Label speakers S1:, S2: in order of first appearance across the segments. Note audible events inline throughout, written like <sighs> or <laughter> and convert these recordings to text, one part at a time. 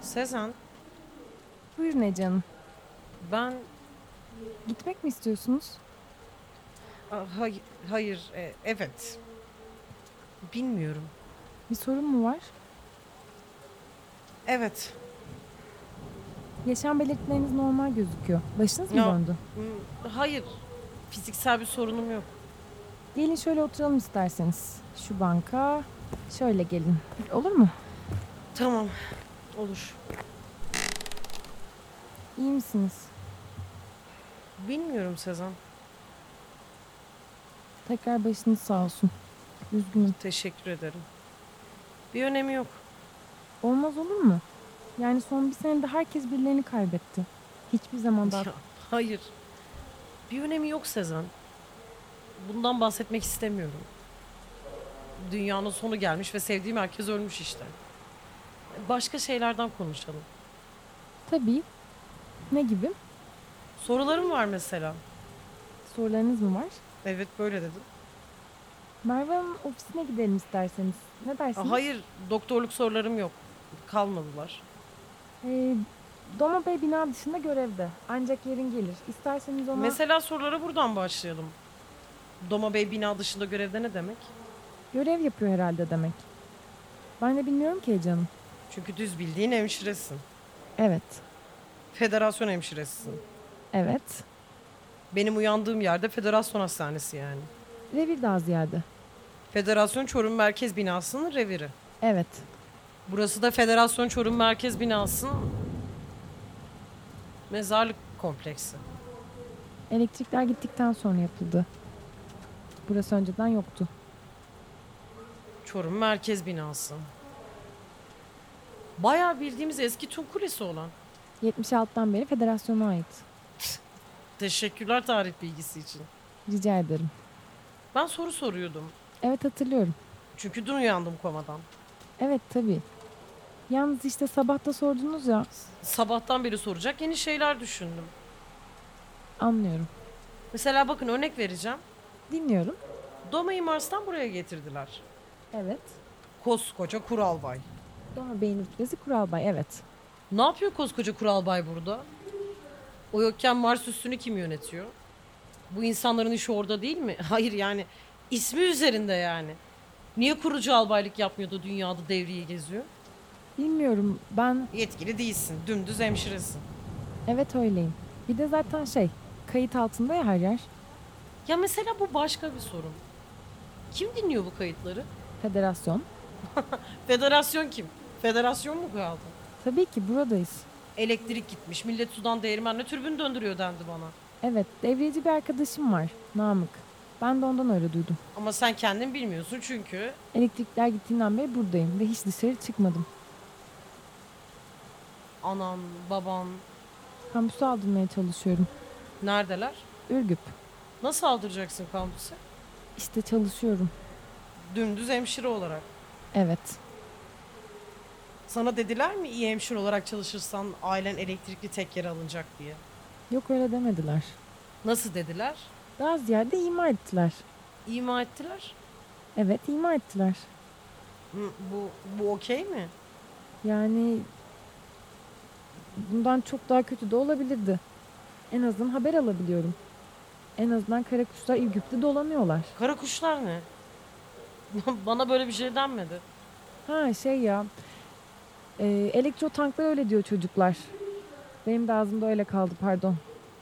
S1: Sezen,
S2: Buyurun Ece Hanım.
S1: ben
S2: Gitmek mi istiyorsunuz?
S1: a, hay- hayır, e, evet. Bilmiyorum.
S2: Bir sorun mu var?
S1: Evet.
S2: Yaşam belirtileriniz normal gözüküyor. Başınız mı
S1: Ya.
S2: döndü?
S1: m, Hmm, Hayır. Fiziksel bir sorunum yok.
S2: Gelin şöyle oturalım isterseniz. Şu banka. Şöyle gelin. Olur mu?
S1: Tamam. Olur.
S2: İyi misiniz?
S1: Bilmiyorum Sezen.
S2: Tekrar başınız sağ olsun. Üzgünüm.
S1: Teşekkür ederim. Bir önemi yok.
S2: Olmaz olur mu? Yani son bir senede herkes birilerini kaybetti. Hiçbir zaman daha...
S1: Ya, hayır. Bir önemi yok Sezen. Bundan bahsetmek istemiyorum. Dünyanın sonu gelmiş ve sevdiğim herkes ölmüş işte. Başka şeylerden konuşalım.
S2: Tabii. Ne gibi?
S1: Sorularım var mesela.
S2: Sorularınız mı var?
S1: Evet böyle dedim.
S2: Merve Hanım ofisine gidelim isterseniz. Ne dersiniz?
S1: Aa, Hayır doktorluk sorularım yok. Kalmadılar.
S2: Ee, Doma Bey bina dışında görevde. Ancak yarın gelir. İsterseniz ona
S1: Mesela sorulara buradan başlayalım. Doma Bey bina dışında görevde ne demek?
S2: görev yapıyor herhalde demek. Ben de bilmiyorum ki canım.
S1: Çünkü düz bildiğin hemşiresin.
S2: Evet.
S1: Federasyon hemşiresisin.
S2: Evet.
S1: Benim uyandığım yerde federasyon hastanesi yani.
S2: Revir daha ziyade.
S1: Federasyon Çorum Merkez Binası'nın reviri.
S2: Evet.
S1: Burası da Federasyon Çorum Merkez Binası'nın mezarlık kompleksi.
S2: Elektrikler gittikten sonra yapıldı. Burası önceden yoktu.
S1: Çorum Merkez Binası. Bayağı bildiğimiz eski Tun Kulesi olan.
S2: 76'dan beri federasyona ait.
S1: Teşekkürler tarih bilgisi için.
S2: Rica ederim.
S1: Ben soru soruyordum.
S2: Evet hatırlıyorum.
S1: Çünkü dün uyandım komadan.
S2: Evet tabii. Yalnız işte sabah da sordunuz ya.
S1: Sabahtan beri soracak yeni şeyler düşündüm.
S2: Anlıyorum.
S1: Mesela bakın örnek vereceğim.
S2: Dinliyorum.
S1: Doma'yı Mars'tan buraya getirdiler.
S2: Evet.
S1: Koskoca kuralbay.
S2: Doma Bey'in ülkesi Kuralbay. Evet.
S1: Ne yapıyor koskoca kuralbay burada? O yokken Mars üstünü kim yönetiyor? Bu insanların işi orada değil mi? <laughs> Hayır yani ismi üzerinde yani. Niye kurucu albaylık yapmıyor da dünyada devriye geziyor?
S2: Bilmiyorum. Ben
S1: Yetkili değilsin. Dümdüz hemşiresin.
S2: Evet öyleyim. Bir de zaten şey, kayıt altında ya her yer.
S1: Ya mesela bu başka bir sorun. Kim dinliyor bu kayıtları?
S2: Federasyon.
S1: Federasyon kim? Federasyon mu kaldı?
S2: Tabii ki buradayız.
S1: Elektrik gitmiş. Millet sudan değirmenle türbün döndürüyor dendi bana.
S2: Evet, devriyeci bir arkadaşım var. Namık. Ben de ondan öyle duydum.
S1: Ama sen kendin bilmiyorsun çünkü
S2: Elektrikler gittiğinden beri buradayım ve hiç dışarı çıkmadım.
S1: anan, baban
S2: Kampüsü aldırmaya çalışıyorum.
S1: neredeler?
S2: Ürgüp.
S1: Nasıl aldıracaksın kampüse?
S2: İşte çalışıyorum.
S1: Dümdüz hemşire olarak.
S2: Evet.
S1: Sana dediler mi iyi hemşire olarak çalışırsan ailen elektrikli tek yere alınacak diye?
S2: Yok öyle demediler.
S1: Nasıl dediler?
S2: Daha ziyade ima ettiler.
S1: İma ettiler.
S2: Evet, ima ettiler.
S1: Hı, Bu, bu okey mi?
S2: Yani bundan çok daha kötü de olabilirdi. En azından haber alabiliyorum. En azından kara kuşlar İrgüp'te dolanıyorlar.
S1: Kara kuşlar ne? <laughs> Bana böyle bir şey denmedi.
S2: Ha şey ya. E, elektro tanklar öyle diyor çocuklar. Benim de ağzımda öyle kaldı pardon.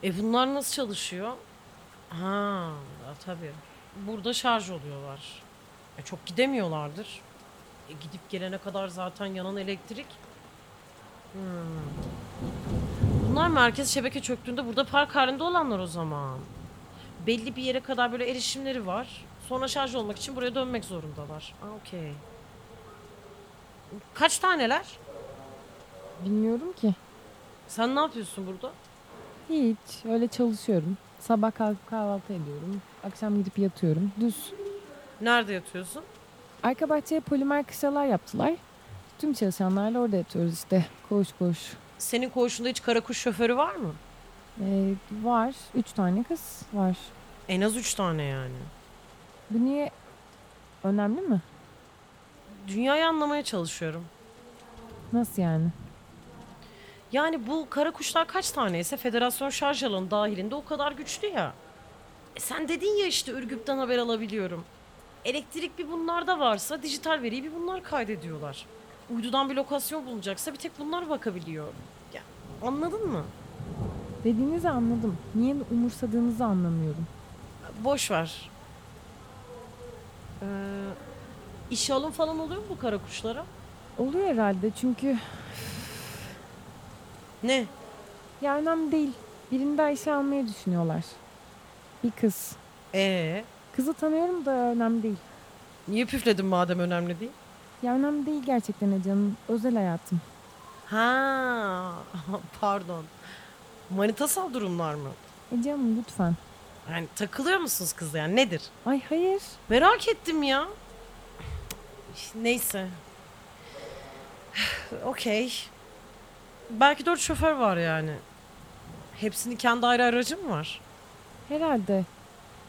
S1: E bunlar nasıl çalışıyor? Ha, ya tabii. Burada şarj oluyorlar. E çok gidemiyorlardır. E gidip gelene kadar zaten yanan elektrik. Hmm. Bunlar merkez şebeke çöktüğünde burada park halinde olanlar o zaman. Belli bir yere kadar böyle erişimleri var. Sonra şarj olmak için buraya dönmek zorundalar. Ha, Okey. Kaç taneler?
S2: Bilmiyorum ki.
S1: Sen ne yapıyorsun burada?
S2: Hiç öyle çalışıyorum. Sabah kalkıp kahvaltı ediyorum. Akşam gidip yatıyorum. Düz.
S1: Nerede yatıyorsun?
S2: Arka bahçeye polimer kışlalar yaptılar. Tüm çalışanlarla orada yatıyoruz işte. Koş koş.
S1: Senin koğuşunda hiç kara kuş şoförü var mı?
S2: Ee, var. Üç tane kız var.
S1: En az üç tane yani.
S2: Bu niye önemli mi?
S1: Dünyayı anlamaya çalışıyorum.
S2: Nasıl yani?
S1: Yani bu kara kuşlar kaç taneyse federasyon şarj alanı dahilinde o kadar güçlü ya. E sen dedin ya işte Ürgüp'ten haber alabiliyorum. Elektrik bir bunlarda varsa dijital veriyi bir bunlar kaydediyorlar. Uydudan bir lokasyon bulunacaksa bir tek bunlar bakabiliyor. Ya, anladın mı?
S2: Dediğinizi anladım. Niye umursadığınızı anlamıyorum.
S1: Boş ver. Ee, işe alım falan oluyor mu bu kara kuşlara?
S2: Oluyor herhalde çünkü
S1: Ne?
S2: ya önemli değil. Birini daha işe almayı düşünüyorlar. Bir kız.
S1: Ee,
S2: Kızı tanıyorum da önemli değil.
S1: niye püfledin madem önemli değil?
S2: Ya önemli değil gerçekten Ece Hanım. Özel hayatım.
S1: Ha, <laughs> pardon. Manitasal durumlar mı?
S2: Ece Hanım lütfen.
S1: Yani takılıyor musunuz kızla yani nedir?
S2: Ay hayır.
S1: Merak ettim ya. İşte Neyse. <sighs> Okey. Belki dört şoför var yani. Hepsinin kendi ayrı aracı mı var?
S2: Herhalde.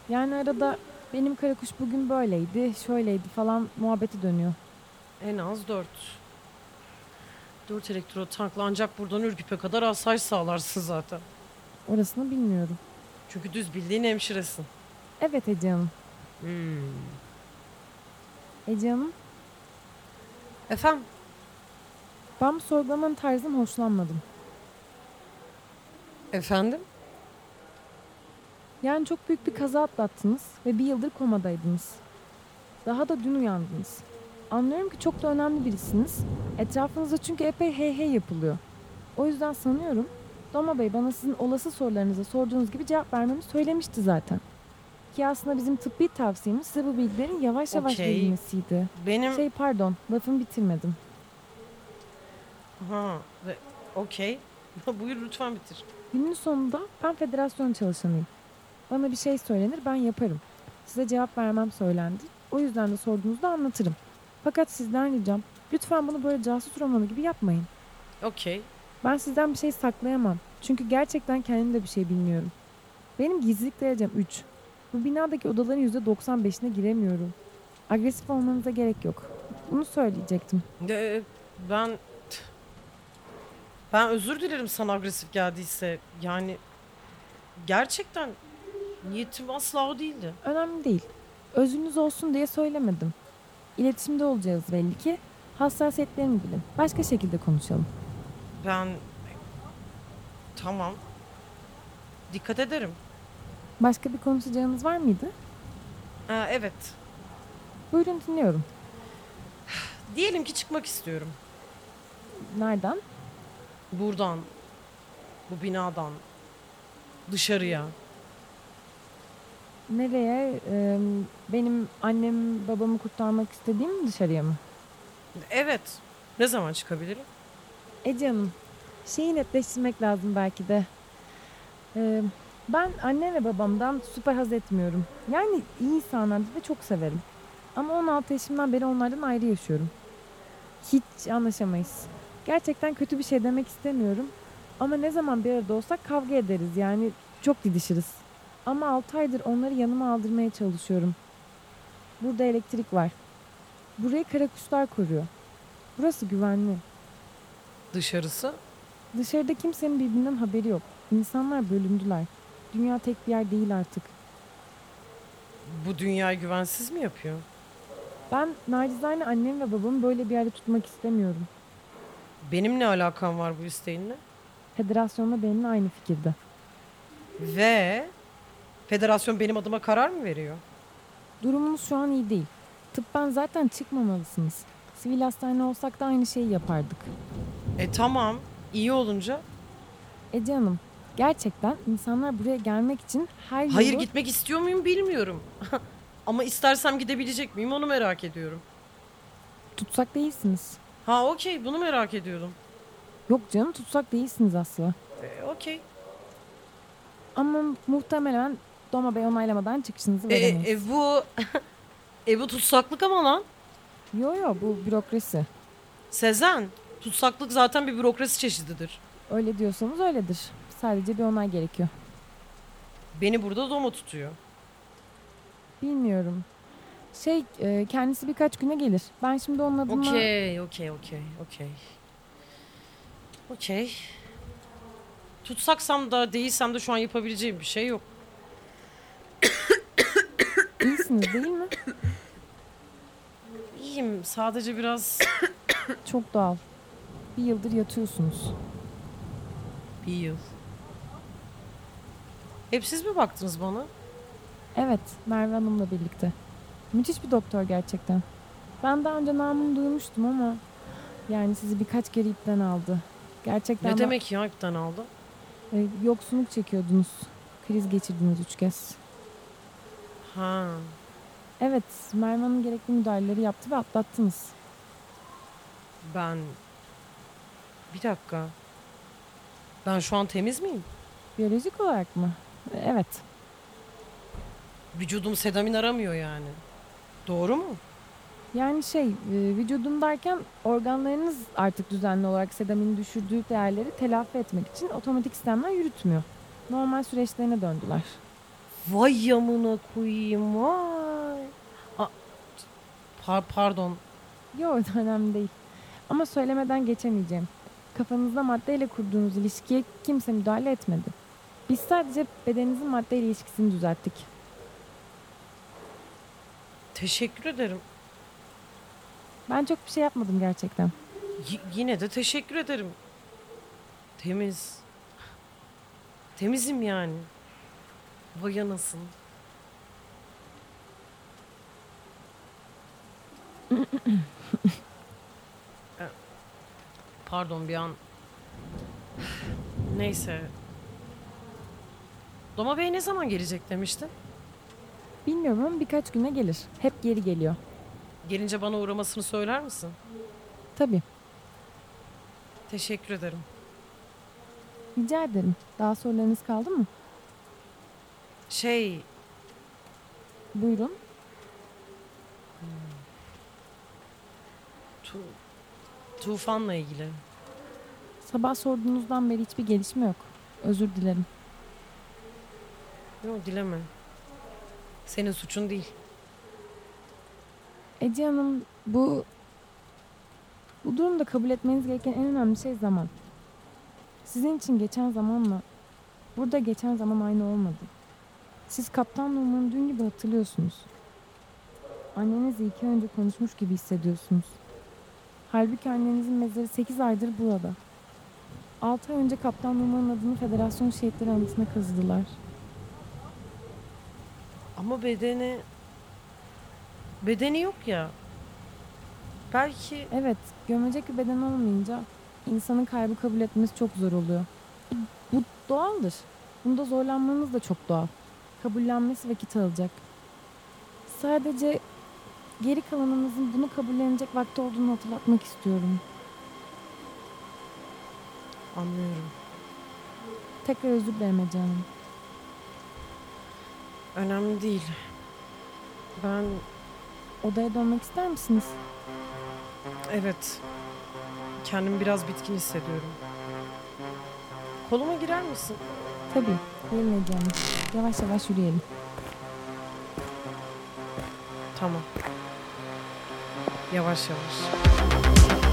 S2: Yani arada benim karakuş bugün böyleydi, şöyleydi falan muhabbeti dönüyor.
S1: En az dört. Dört elektro tankla ancak buradan Ürgüp'e kadar asayiş sağlarsın zaten.
S2: Orasını bilmiyorum.
S1: Çünkü düz bildiğin hemşiresin.
S2: Evet Ece Hanım. Ece Hanım,
S1: Efendim?
S2: ben bu sorgulamanın tarzından hoşlanmadım.
S1: Efendim?
S2: Yani çok büyük bir kaza atlattınız ve bir yıldır komadaydınız. Daha da dün uyandınız. Anlıyorum ki çok da önemli birisiniz. Etrafınızda çünkü epey hey hey yapılıyor. O yüzden sanıyorum Doma Bey bana sizin olası sorularınıza sorduğunuz gibi cevap vermemi söylemişti zaten. Ki aslında bizim tıbbi tavsiyemiz size bu bilgilerin yavaş yavaş
S1: Okey.
S2: verilmesiydi.
S1: Benim...
S2: Şey pardon lafımı bitirmedim.
S1: Ha, ve- okey. <laughs> Buyur lütfen bitir.
S2: Günün sonunda ben federasyon çalışanıyım. Bana bir şey söylenir ben yaparım. Size cevap vermem söylendi. O yüzden de sorduğunuzda anlatırım. Fakat sizden ricam lütfen bunu böyle casus romanı gibi yapmayın.
S1: Okey.
S2: Ben sizden bir şey saklayamam. Çünkü gerçekten kendim de bir şey bilmiyorum. Benim gizlilik derecem 3. Bu binadaki odaların %95'ine giremiyorum. Agresif olmanıza gerek yok. Bunu söyleyecektim.
S1: Ee, ben... Ben özür dilerim sana agresif geldiyse. Yani... Gerçekten niyetim asla o değildi.
S2: Önemli değil. Özünüz olsun diye söylemedim. İletişimde olacağız belli ki. Hassasiyetlerini bilin. Başka şekilde konuşalım.
S1: Ben... Tamam. Dikkat ederim.
S2: Başka bir konuşacağınız var mıydı?
S1: Ha, evet.
S2: Buyurun dinliyorum.
S1: Diyelim ki çıkmak istiyorum.
S2: Nereden?
S1: Buradan. Bu binadan. Dışarıya.
S2: Nereye? Ee, benim annem babamı kurtarmak istediğim dışarıya mı?
S1: Evet. Ne zaman çıkabilirim?
S2: Ece Hanım, E şeyi netleştirmek lazım belki de. Ee, ben anne ve babamdan süper haz etmiyorum. Yani iyi insanlardır ve çok severim. Ama 16 yaşımdan beri onlardan ayrı yaşıyorum. Hiç anlaşamayız. Gerçekten kötü bir şey demek istemiyorum. Ama ne zaman bir arada olsak kavga ederiz yani çok didişiriz. Ama 6 aydır onları yanıma aldırmaya çalışıyorum. Burada elektrik var. Burayı karakuşlar koruyor. Burası güvenli.
S1: Dışarısı?
S2: Dışarıda kimsenin birbirinden haberi yok. İnsanlar bölündüler. Dünya tek bir yer değil artık.
S1: Bu dünyayı güvensiz mi yapıyor?
S2: Ben nacizane annem ve babamı böyle bir yerde tutmak istemiyorum.
S1: Benim ne alakam var bu isteğinle?
S2: Federasyonla benimle aynı fikirde.
S1: Ve federasyon benim adıma karar mı veriyor?
S2: Durumunuz şu an iyi değil. Tıbben zaten çıkmamalısınız. Sivil hastane olsak da aynı şeyi yapardık.
S1: E tamam, iyi olunca.
S2: Ece Hanım, gerçekten insanlar buraya gelmek için her yolu...
S1: Hayır gitmek istiyor muyum bilmiyorum. <laughs> Ama istersem gidebilecek miyim onu merak ediyorum.
S2: Tutsak değilsiniz.
S1: Ha okey bunu merak ediyordum.
S2: Yok canım tutsak değilsiniz asla.
S1: E, okey.
S2: Ama muhtemelen Doma Bey onaylamadan çıkışınızı
S1: E,
S2: veremeyiz.
S1: e, bu... <laughs> e bu tutsaklık ama lan. e-
S2: Yo yo bu bürokrasi.
S1: Sezen, tutsaklık zaten bir bürokrasi çeşididir.
S2: Öyle diyorsanız öyledir. Sadece bir onay gerekiyor.
S1: Beni burada doma tutuyor.
S2: Bilmiyorum. Şey e, kendisi birkaç güne gelir. <coughs> Ben şimdi onun adına...
S1: Okey, okey, okey, okey. Okey. Tutsaksam da değilsem de şu an yapabileceğim bir şey yok.
S2: İyisiniz değil mi?
S1: İyiyim sadece biraz
S2: Çok doğal. Bir yıldır yatıyorsunuz.
S1: bir yıl. Hep siz mi baktınız bana?
S2: Evet, Merve Hanım'la birlikte. Müthiş bir doktor gerçekten. Ben daha önce namını duymuştum ama yani sizi birkaç kere ipten aldı. Gerçekten
S1: ne
S2: ben-
S1: demek ya ipten aldı?
S2: E, yoksunluk çekiyordunuz. Kriz geçirdiniz üç kez.
S1: Ha.
S2: Evet, Merve Hanım gerekli müdahaleleri yaptı ve atlattınız.
S1: Ben... Bir dakika. Ben şu an temiz miyim?
S2: Biyolojik olarak mı? E, evet.
S1: Vücudum sedamin aramıyor yani. Doğru mu?
S2: Yani şey, e, vücudum derken organlarınız artık düzenli olarak sedaminin düşürdüğü değerleri telafi etmek için otomatik sistemler yürütmüyor. Normal süreçlerine döndüler. <laughs>
S1: Vay yamına koyayım vay. Aa, par- pardon.
S2: Yok önemli değil. Ama söylemeden geçemeyeceğim. Kafanızda maddeyle kurduğunuz ilişkiye kimse müdahale etmedi. Biz sadece bedeninizin maddeyle ilişkisini düzelttik.
S1: Teşekkür ederim.
S2: Ben çok bir şey yapmadım gerçekten.
S1: Y- yine de teşekkür ederim. Temiz. Temizim yani. Vay anasını. E, Pardon bir an. Neyse. Doma Bey ne zaman gelecek demiştin?
S2: Bilmiyorum ama birkaç güne gelir. Hep geri geliyor.
S1: Gelince bana uğramasını söyler misin?
S2: Tabii.
S1: Teşekkür ederim.
S2: Rica ederim. Daha sorularınız kaldı mı?
S1: Şey,
S2: Buyurun.
S1: tu, tufanla ilgili.
S2: Sabah sorduğunuzdan beri hiçbir gelişme yok. Özür dilerim.
S1: Yok dileme. Senin suçun değil.
S2: Ece Hanım bu... Bu durumda kabul etmeniz gereken en önemli şey zaman. Sizin için geçen zamanla burada geçen zaman aynı olmadı. Siz Kaptan Numan'ı dün gibi hatırlıyorsunuz. Annenizle iki ay önce konuşmuş gibi hissediyorsunuz. Halbuki annenizin mezarı 8 aydır burada. 6 ay önce Kaptan Numan'ın adını Federasyon Şehitleri Anıtı'na kazıdılar.
S1: Ama bedeni... Bedeni yok ya. Belki
S2: Evet, gömecek bir beden olmayınca insanın kaybı kabul etmesi çok zor oluyor. Bu doğaldır. Bunda zorlanmanız da çok doğal. Kabullenmesi vakit alacak. Sadece geri kalanımızın bunu kabullenecek vakti olduğunu hatırlatmak istiyorum.
S1: anlıyorum.
S2: Tekrar özür dilerim Ece Hanım.
S1: Önemli değil. Ben
S2: Odaya dönmek ister misiniz?
S1: evet kendimi biraz bitkin hissediyorum. Koluma girer misin?
S2: Tabii. Buyurun Ece Hanım. Yavaş yavaş yürüyelim.
S1: Tamam. Yavaş yavaş.